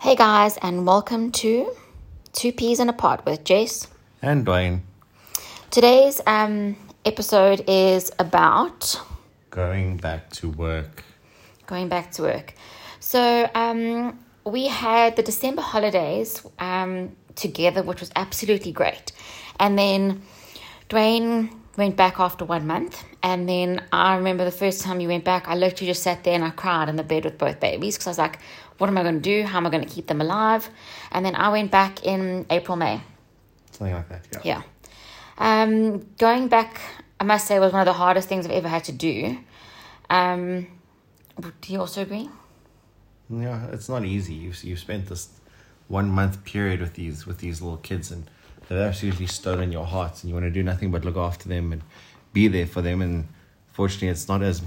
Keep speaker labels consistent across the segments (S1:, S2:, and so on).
S1: Hey guys, and welcome to Two Peas in a Pod with Jace.
S2: And Dwayne
S1: Today's um, episode is about
S2: going back to work.
S1: going back to work. So um, we had the December holidays um, together, which was absolutely great. And then Dwayne went back after one month. And then I remember the first time you went back, I literally just sat there and I cried in the bed with both babies because I was like, what am I going to do? How am I going to keep them alive? And then I went back in April, May.
S2: Something like that,
S1: Yeah.
S2: yeah.
S1: Um, going back, I must say, was one of the hardest things I've ever had to do. Um, w- do you also agree?
S2: Yeah, it's not easy. You've, you've spent this one month period with these with these little kids and they've absolutely stolen your hearts and you want to do nothing but look after them and be there for them and fortunately it's not as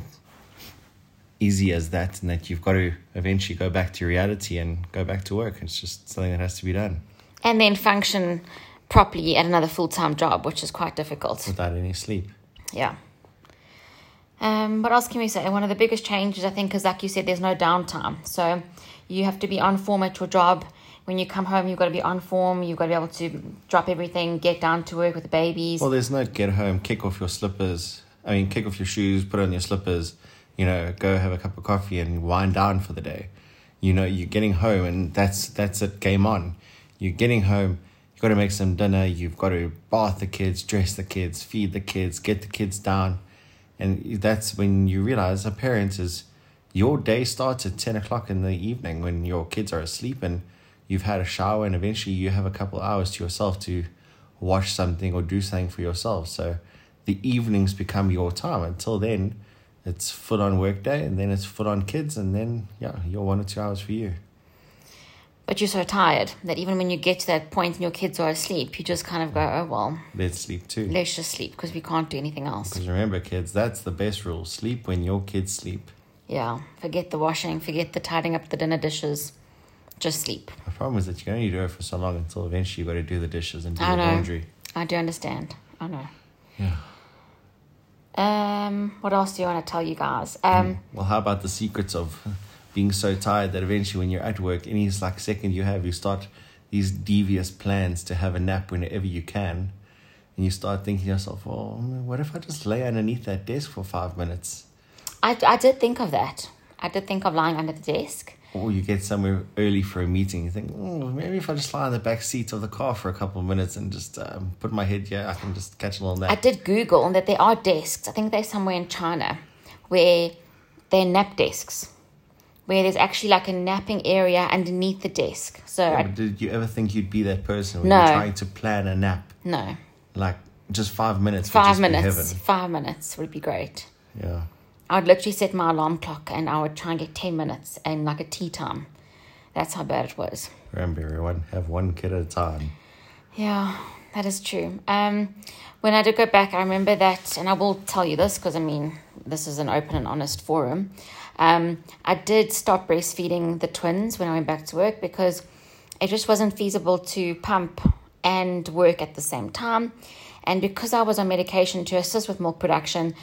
S2: easy as that and that you've got to eventually go back to reality and go back to work. It's just something that has to be done
S1: And then function properly at another full time job, which is quite difficult.
S2: without any sleep.
S1: Yeah. Um, what else can we say? And One of the biggest changes, I think, is like you said, there's no downtime. So you have to be on form at your job. When you come home, you've got to be on form. You've got to be able to drop everything, get down to work with the babies.
S2: Well, there's no get home, kick off your slippers. I mean, kick off your shoes, put on your slippers, you know, go have a cup of coffee and wind down for the day. You know, you're getting home and that's that's it, game on. You're getting home, you've got to make some dinner, you've got to bath the kids, dress the kids, feed the kids, get the kids down. And that's when you realize, a parent, is your day starts at 10 o'clock in the evening when your kids are asleep and you've had a shower and eventually you have a couple hours to yourself to watch something or do something for yourself. So the evenings become your time. Until then, it's full on work day and then it's full on kids and then, yeah, your one or two hours for you.
S1: But you're so tired that even when you get to that point and your kids are asleep, you just kind of go, oh, well,
S2: Let's sleep too.
S1: let's just sleep because we can't do anything else.
S2: Because remember, kids, that's the best rule sleep when your kids sleep.
S1: Yeah, forget the washing, forget the tidying up the dinner dishes, just sleep.
S2: The problem is that you can only do it for so long until eventually you've got to do the dishes and do
S1: I
S2: the
S1: know.
S2: laundry.
S1: I do understand. I know.
S2: Yeah.
S1: Um, what else do you want to tell you guys? Um,
S2: Well, how about the secrets of being so tired that eventually, when you're at work, any like second you have, you start these devious plans to have a nap whenever you can, and you start thinking to yourself, "Well, what if I just lay underneath that desk for five minutes?"
S1: I, I did think of that. I did think of lying under the desk.
S2: Or you get somewhere early for a meeting, you think, oh, "Maybe if I just lie on the back seat of the car for a couple of minutes and just um, put my head here, I can just catch a little
S1: I
S2: nap."
S1: did Google that there are desks. I think they're somewhere in China where they're nap desks, where there's actually like a napping area underneath the desk. So
S2: Yeah,
S1: I,
S2: but did you ever think you'd be that person when
S1: No.
S2: you're trying to plan a nap,
S1: no,
S2: like just five minutes? would
S1: five
S2: just be
S1: minutes. Five minutes would be great.
S2: heaven. Yeah.
S1: I would literally set my alarm clock and I would try and get 10 minutes and like a tea time. That's how bad it was.
S2: Remember, everyone, have one kid at a time.
S1: Yeah, that is true. Um, when I did go back, I remember that, and I will tell you this because I mean, this is an open and honest forum. Um, I did stop breastfeeding the twins when I went back to work because it just wasn't feasible to pump and work at the same time. And because I was on medication to assist with milk production,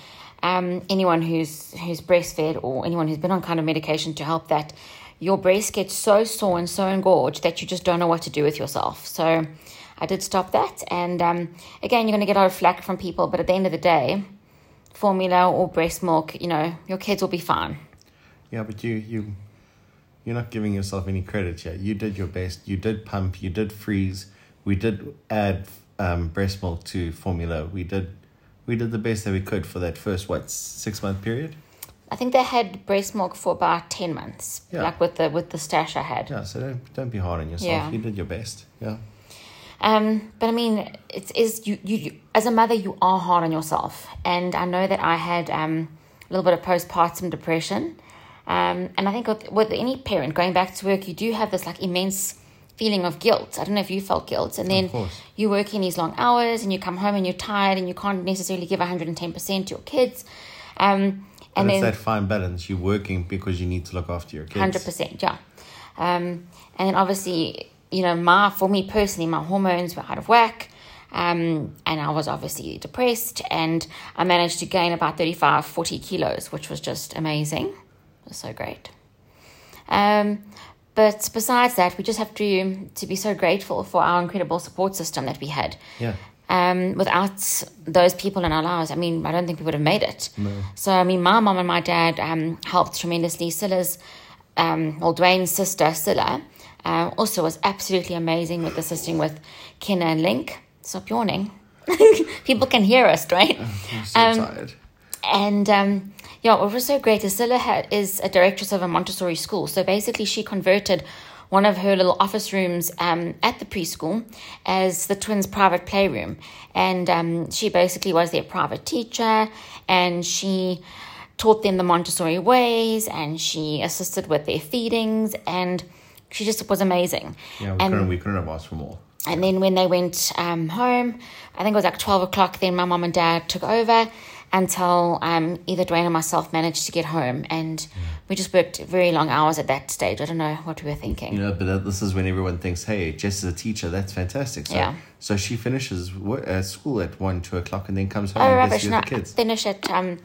S1: um, anyone who's who's breastfed or anyone who's been on kind of medication to help that, your breast gets so sore and so engorged that you just don't know what to do with yourself. So I did stop that. And um, again, you're going to get a lot of flack from people, but at the end of the day, formula or breast milk, you know, your kids will be fine.
S2: Yeah, but you you you're not giving yourself any credit here. You did your best. You did pump. You did freeze. We did add um, breast milk to formula. We did we did the best that we could for that first what six month period.
S1: I think they had breast milk for about 10 months,
S2: Yeah.
S1: like with the, with the stash I had.
S2: Yeah, so don't don't be hard on yourself.
S1: Yeah.
S2: You did your best. Yeah.
S1: Um, but I mean, it's is you, you you as a mother you are hard on yourself, and I know that I had um, a little bit of postpartum depression, um, and I think with, with any parent going back to work, you do have this like immense feeling of guilt. I don't know if you felt guilt, and then
S2: course.
S1: you work in these long hours, and you come home and you're tired, and you can't necessarily give one hundred and ten percent to your kids, um,
S2: And
S1: and
S2: it's
S1: then
S2: that fine balance. You're working because you need to look after your kids.
S1: Hundred percent, yeah. Um, and then obviously, you know, my for me personally, my hormones were out of whack, um, and I was obviously depressed, and I managed to gain about 35, 40 kilos, which was just amazing. It was so great. Um, But besides that, we just have to to be so grateful for our incredible support system that we had.
S2: Yeah.
S1: Um, without those people in our lives, I mean, I don't think we would have made it. So, I mean, my mom and my dad um, helped tremendously. Scylla's, um, well, Dwayne's sister, Scylla, uh, also was absolutely amazing with assisting with Kenna and Link. Stop yawning. people can hear us, right?
S2: I'm so
S1: Um,
S2: excited.
S1: And um, yeah, what was so great is Zilla ha- is a directress of a Montessori school. So basically, she converted one of her little office rooms um, at the preschool as the twins' private playroom. And um, she basically was their private teacher and she taught them the Montessori ways and she assisted with their feedings and she just was amazing.
S2: Yeah, we
S1: and
S2: couldn't we couldn't have asked for more.
S1: and then when they went um, home, I think it was like 12 o'clock, then my mum and dad took over until um, either Dwayne or myself managed to get home. And we just worked very long hours at that stage. I don't know what we were thinking.
S2: You know, but that- this is when everyone thinks, "Hey, Jess is a teacher. That's fantastic." So,
S1: Yeah.
S2: So she finishes wo- uh, school at one, two o'clock, and then comes home
S1: Oh,
S2: and
S1: rubbish.
S2: gets you
S1: No,
S2: with the kids.
S1: finish it. Um,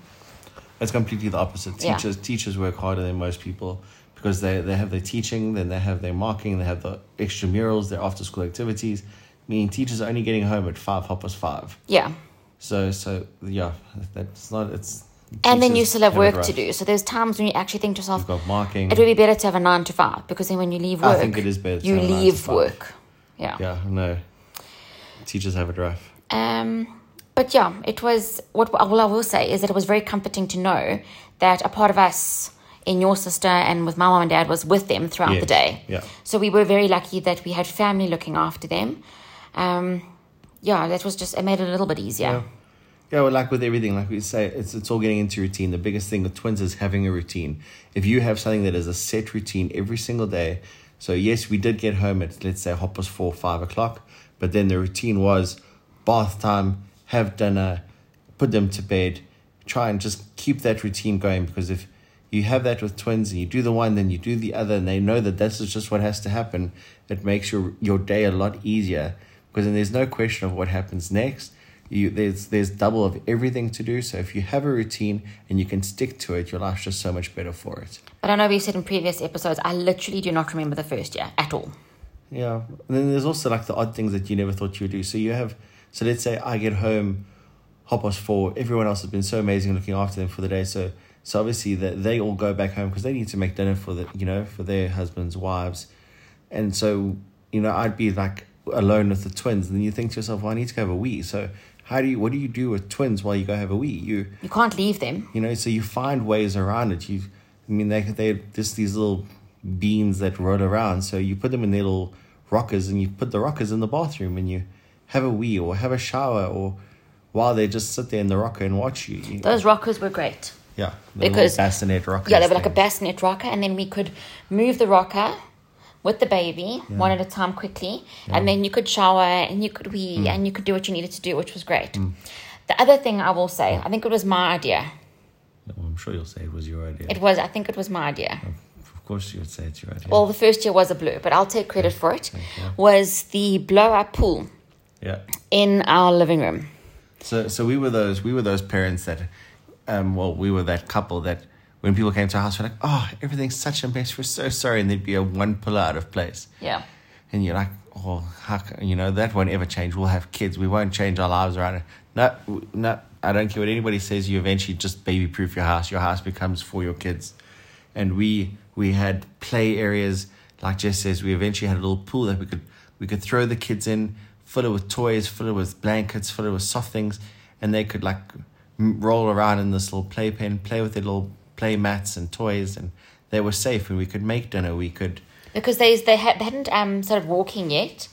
S2: That's completely the opposite.
S1: Yeah.
S2: Teachers teachers work harder than most people because they, they have their teaching, then they have their marking, they have the extramurals, their after school activities. Meaning teachers are only getting home at five, half past five.
S1: yeah.
S2: So so yeah, that's not it's.
S1: And then you
S2: teachers
S1: still have
S2: it
S1: work to
S2: rough.
S1: do. So there's times when you actually think to yourself,
S2: You've got marking.
S1: it would be better to have a nine to five because then when you leave
S2: I
S1: work,
S2: think it is better to
S1: you
S2: have a nine to
S1: leave
S2: five.
S1: work. Yeah.
S2: Yeah, no. Teachers have it rough.
S1: Um, but yeah, it was what all I will say is that it was very comforting to know that a part of us in your sister and with my mom and dad was with them throughout the
S2: Yes,
S1: day.
S2: yeah.
S1: So we were very lucky that we had family looking after them. Um, yeah, that was just it made it a little bit easier.
S2: Yeah. Yeah, well, like with everything, like we say, it's it's all getting into routine. The biggest thing with twins is having a routine. If you have something that is a set routine every single day, so yes, we did get home at let's say hop was four five o'clock, but then the routine was bath time, have dinner, put them to bed, try and just keep that routine going because if you have that with twins and you do the one then you do the other and they know that this is just what has to happen it makes your your day a lot easier because then there's no question of what happens next you there's there's double of everything to do so if you have a routine and you can stick to it your life's just so much better for it
S1: But I know we've said in previous episodes, I literally do not remember the first year at all.
S2: Yeah. And then there's also like the odd things that you never thought you would do. So you have, so let's say I get home, hop past four. Everyone else has been so amazing looking after them for the day. So, so obviously that they all go back home because they need to make dinner for the, you know, for their husbands, wives. And so, you know, I'd be like alone with the twins. And then you think to yourself, well, I need to go have a wee. So how do you, what do you do with twins while you go have a wee? You,
S1: You can't leave them.
S2: you know, so you find ways around it. You, I mean, they they just these little beans that rode around. So you put them in their little rockers, and you put the rockers in the bathroom, and you have a wee or have a shower, or while they just sit there in the rocker and watch you. you
S1: Those rockers were great.
S2: yeah, the little
S1: because-
S2: bassinet rockers.
S1: Yeah, they were like a
S2: thing.
S1: bassinet rocker, and then we could move the rocker with the baby one at a time quickly, and then you could shower and you could wee and you could do what you needed to do, which was great. The other thing I will say, I think it was my idea.
S2: Well, I'm sure you'll say it was your idea.
S1: It was, I think it was my idea.
S2: of course, you would say it's your idea.
S1: Well, the first year was a blur, but I'll take credit for it. Was the blow up pool
S2: yeah.
S1: in our living room?
S2: So so we were those we were those parents that, um, well, we were that couple that when people came to our house, we're like, oh, everything's such a mess. We're so sorry, and there'd be a one pillar out of place,
S1: Yeah.
S2: and you're like, oh, how ca- you know that won't ever change. We'll have kids. We won't change our lives around it. No, w- no, I don't care what anybody says. You eventually just baby proof your house. Your house becomes for your kids, and we we had play areas. Like Jess says, we eventually had a little pool that we could we could throw the kids in, fill it with toys, fill it with blankets, fill it with soft things, and they could like m- roll around in this little playpen, play with their little play mats and toys, and they were safe. And we could make dinner. We could
S1: because they they, had, they hadn't um started walking yet,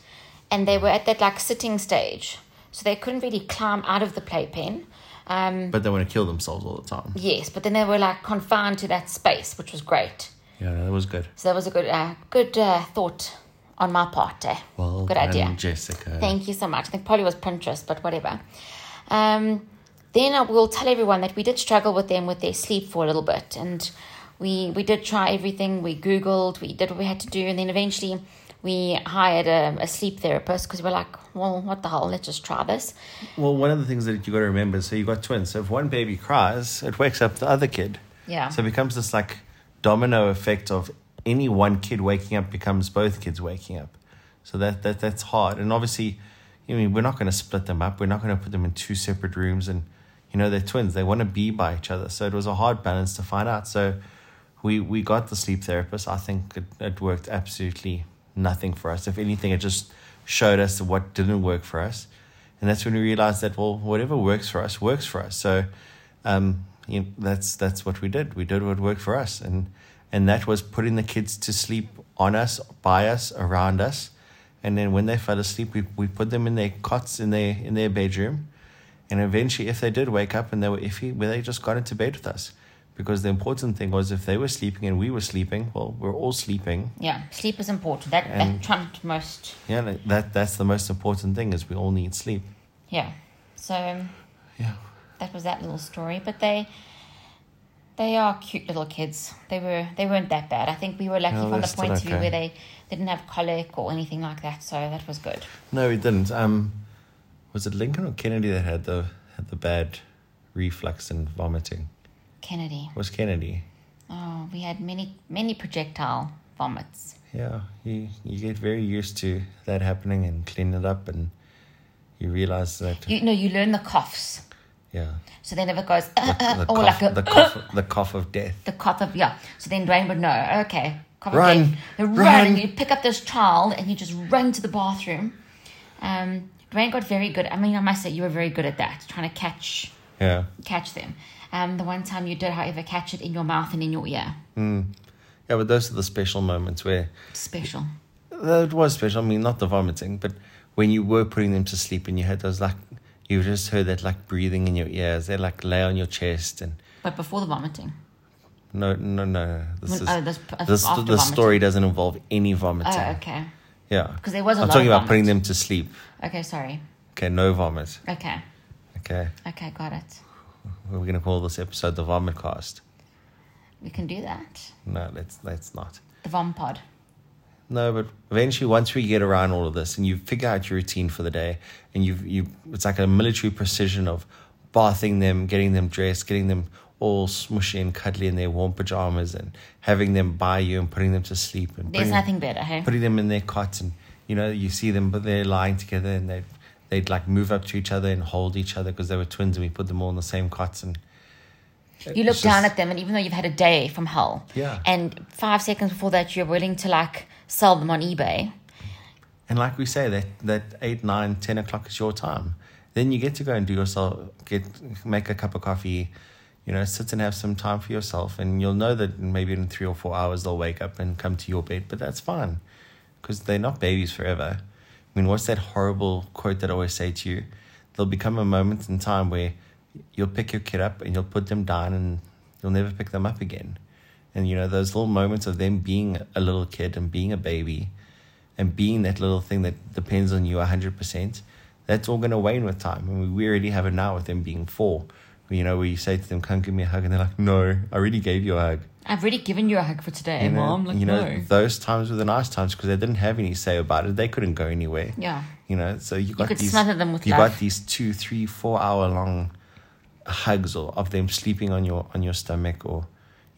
S1: and they were at that like sitting stage, so they couldn't really climb out of the playpen. Um,
S2: but they want to kill themselves all the time.
S1: yes, but then they were like confined to that space, which was great.
S2: Yeah, that was good.
S1: So that was a good uh, good uh, thought on my part. Eh?
S2: Well
S1: good
S2: done,
S1: idea.
S2: Jessica.
S1: Thank you so much. I think probably was Pinterest, but whatever. Um, then I will tell everyone that we did struggle with them with their sleep for a little bit, and we we did try everything. We Googled, we did what we had to do, and then eventually we hired a, a sleep therapist because we we're like, well, what the hell? Let's just try this.
S2: well, one of the things that you got to remember, so you got twins. So if one baby cries, it wakes up the other kid.
S1: Yeah.
S2: So it becomes this like domino effect of any one kid waking up becomes both kids waking up. So that, that that's hard. And obviously, I mean, we're not going to split them up. We're not going to put them in two separate rooms. And, you know, they're twins. They want to be by each other. So it was a hard balance to find out. So we, we got the sleep therapist. I think it, it worked absolutely nothing for us. If anything, it just showed us what didn't work for us. And that's when we realized that, well, whatever works for us, works for us. So um, you know, that's, that's what we did. We did what worked for us. And, and that was putting the kids to sleep on us, by us, around us and then when they fell asleep, we, we put them in their cots in their in their bedroom, and eventually, if they did wake up and they were iffy, well, they just got into bed with us, because the important thing was if they were sleeping and we were sleeping, well, we're all sleeping.
S1: Yeah, sleep is important. That that
S2: And-
S1: trumped most.
S2: Yeah, like, that that's the most important thing is we all need sleep.
S1: Yeah. So um,
S2: Yeah,
S1: that was that little story. But they they are cute little kids. They were they weren't that bad. I think we were lucky
S2: No,
S1: from the
S2: they're Oh, still
S1: point of view
S2: okay.
S1: where they, they didn't have colic or anything like that. So that was good.
S2: no, we didn't. Um, was it Lincoln or Kennedy that had the had the bad reflux and vomiting?
S1: Kennedy.
S2: It was Kennedy?
S1: Oh, we had many many projectile vomits.
S2: Yeah, you you get very used to that happening and clean it up and. You realize that
S1: You know, you learn the coughs.
S2: Yeah.
S1: So then if it goes, uh,
S2: The,
S1: uh,
S2: the
S1: or
S2: cough,
S1: like a,
S2: the, cough, the cough of death.
S1: the cough of, yeah. So then Dwayne would know, okay, cough
S2: Run,
S1: of death. They run,
S2: run.
S1: and you pick up this child and you just run to the bathroom. Um, Dwayne got very good. I mean, I must say, you were very good at that, trying to catch
S2: Yeah.
S1: catch them. Um, the one time you did, however, catch it in your mouth and in your ear.
S2: Yeah, but those are the special moments where
S1: Special.
S2: that was special. I mean, not the vomiting, but when you were putting them to sleep and you had those like, you just heard that like breathing in your ears. They like lay on your chest and
S1: But before the vomiting.
S2: no, no, no. no. This
S1: oh,
S2: is
S1: this,
S2: this.
S1: after
S2: The
S1: vomiting.
S2: story doesn't involve any vomiting.
S1: Oh, okay.
S2: Yeah,
S1: 'Cause there was a
S2: I'm
S1: lot
S2: talking
S1: of
S2: about putting them
S1: vomit.
S2: to sleep.
S1: Okay, sorry.
S2: Okay, no vomit.
S1: Okay.
S2: Okay,
S1: Okay, got it.
S2: we're gonna call this episode the Vomit Cast.
S1: We can do that.
S2: No, let's let's not.
S1: The vom pod.
S2: No, but eventually, once we get around all of this, and you figure out your routine for the day, and you you, it's like a military precision of bathing them, getting them dressed, getting them all smushy and cuddly in their warm pajamas, and having them by you and putting them to sleep, and
S1: There's
S2: putting,
S1: nothing better, hey?
S2: putting them in their cots, and you know you see them, but they're lying together, and they they'd like move up to each other and hold each other because they were twins, and we put them all in the same cots, and
S1: You look
S2: it's
S1: down
S2: just-
S1: at them, and even though you've had a day from hell,
S2: Yeah.
S1: and five seconds before that, you're willing to like sell them on eBay.
S2: And like we say, that that eight, nine, ten o'clock is your time. Then you get to go and do yourself, get make a cup of coffee, you know, sit and have some time for yourself. And you'll know that maybe in three or four hours they'll wake up and come to your bed, but that's fine, because they're not babies forever. I mean, what's that horrible quote that I always say to you? There'll become a moment in time where you'll pick your kid up and you'll put them down and you'll never pick them up again. And you know, those little moments of them being a little kid and being a baby and being that little thing that depends on you 100%, that's all going to wane with time. And we already have it now with them being four. You know, where you say to them, come give me a hug. And they're like, no, I already gave you a hug.
S1: I've already given you a hug for today,
S2: You know,
S1: mom. Like
S2: you know
S1: no,
S2: those times were the nice times because they didn't have any say about it. They couldn't go anywhere.
S1: yeah,
S2: You know, so you got
S1: could
S2: these,
S1: smother them with
S2: you
S1: love.
S2: got these two, three, four hour long hugs or of them sleeping on your on your stomach or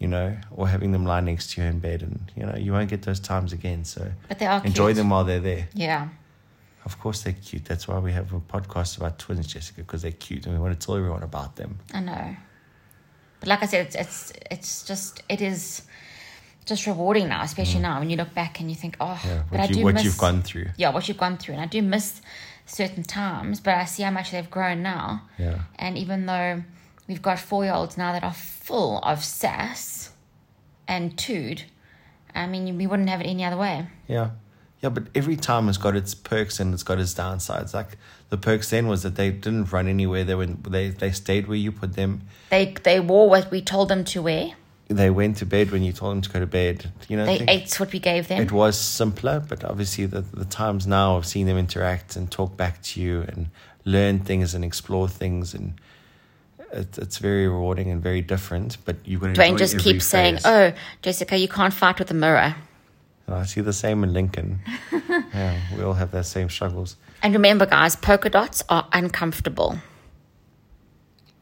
S2: you know, or having them lie next to you in bed and you know, you won't get those times again. So
S1: but they are
S2: enjoy
S1: cute.
S2: them while they're there.
S1: Yeah,
S2: Of course they're cute. That's why we have a podcast about twins, Jessica, because they're cute and we want to tell everyone about them.
S1: I know. But like I said, it's it's, it's just it is just rewarding now, especially now when you look back and you think, oh,
S2: Mm. Yeah,
S1: but I
S2: what,
S1: do
S2: you, what
S1: miss
S2: you've gone through.
S1: yeah, what you've gone through. And I do miss certain times, but I see how much they've grown now.
S2: Yeah.
S1: And even though we've got four year olds now that are full of sass and tood, I mean, we wouldn't have it any other way.
S2: Yeah. Yeah, but every time has got its perks and it's got its downsides. Like the perks then was that they didn't run anywhere. They went they they stayed where you put them.
S1: They, they wore what we told them to wear,
S2: They went to bed when you told them to go to bed. You know, I
S1: they
S2: think
S1: ate what we gave them.
S2: it was simpler, but obviously the the times now of seeing them interact and talk back to you and learn things and explore things and it, it's very rewarding and very different. But you got to
S1: Dwayne just keeps saying, oh, Jessica, you can't fight with a mirror.
S2: I see the same in Lincoln. yeah, we all have those same struggles.
S1: And remember, guys, polka dots are uncomfortable.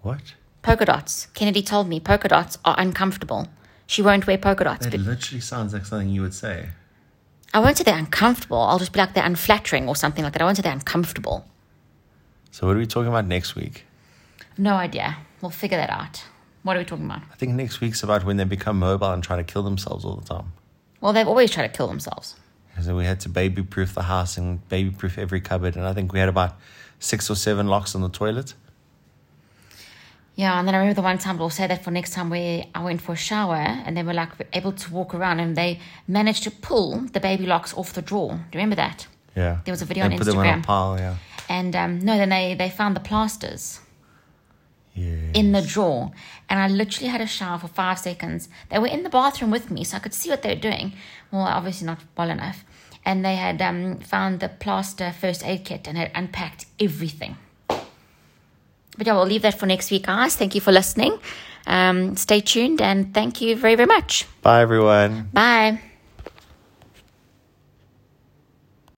S2: What?
S1: Polka dots. Kennedy told me polka dots are uncomfortable. She won't wear polka dots.
S2: That
S1: But
S2: literally sounds like something you would say.
S1: I won't say they're uncomfortable. I'll just be like they're unflattering or something like that. I won't say they're uncomfortable.
S2: So what are we talking about next week?
S1: No idea. We'll figure that out. What are we talking about?
S2: I think next week's about when they become mobile and try to kill themselves all the time.
S1: Well, they've always tried to kill themselves.
S2: Because we had to baby proof the house and baby proof every cupboard, and I think we had about six or seven locks on the toilet.
S1: Yeah, and then I remember the one time, but I'll say that for next time, where I went for a shower and they were like able to walk around and they managed to pull the baby locks off the drawer. Do you remember that?
S2: Yeah.
S1: There was a video
S2: They
S1: on
S2: put them on a
S1: Instagram.
S2: pile, yeah.
S1: And um, no, then they, they found the plasters
S2: Yeah.
S1: in the drawer. And I literally had a shower for five seconds. They were in the bathroom with me, so I could see what they were doing. Well, obviously not well enough. And they had um, found the plaster first aid kit and had unpacked everything. But yeah, we'll leave that for next week, guys. Thank you for listening. Um, stay tuned and thank you very, very much.
S2: Bye, everyone.
S1: Bye.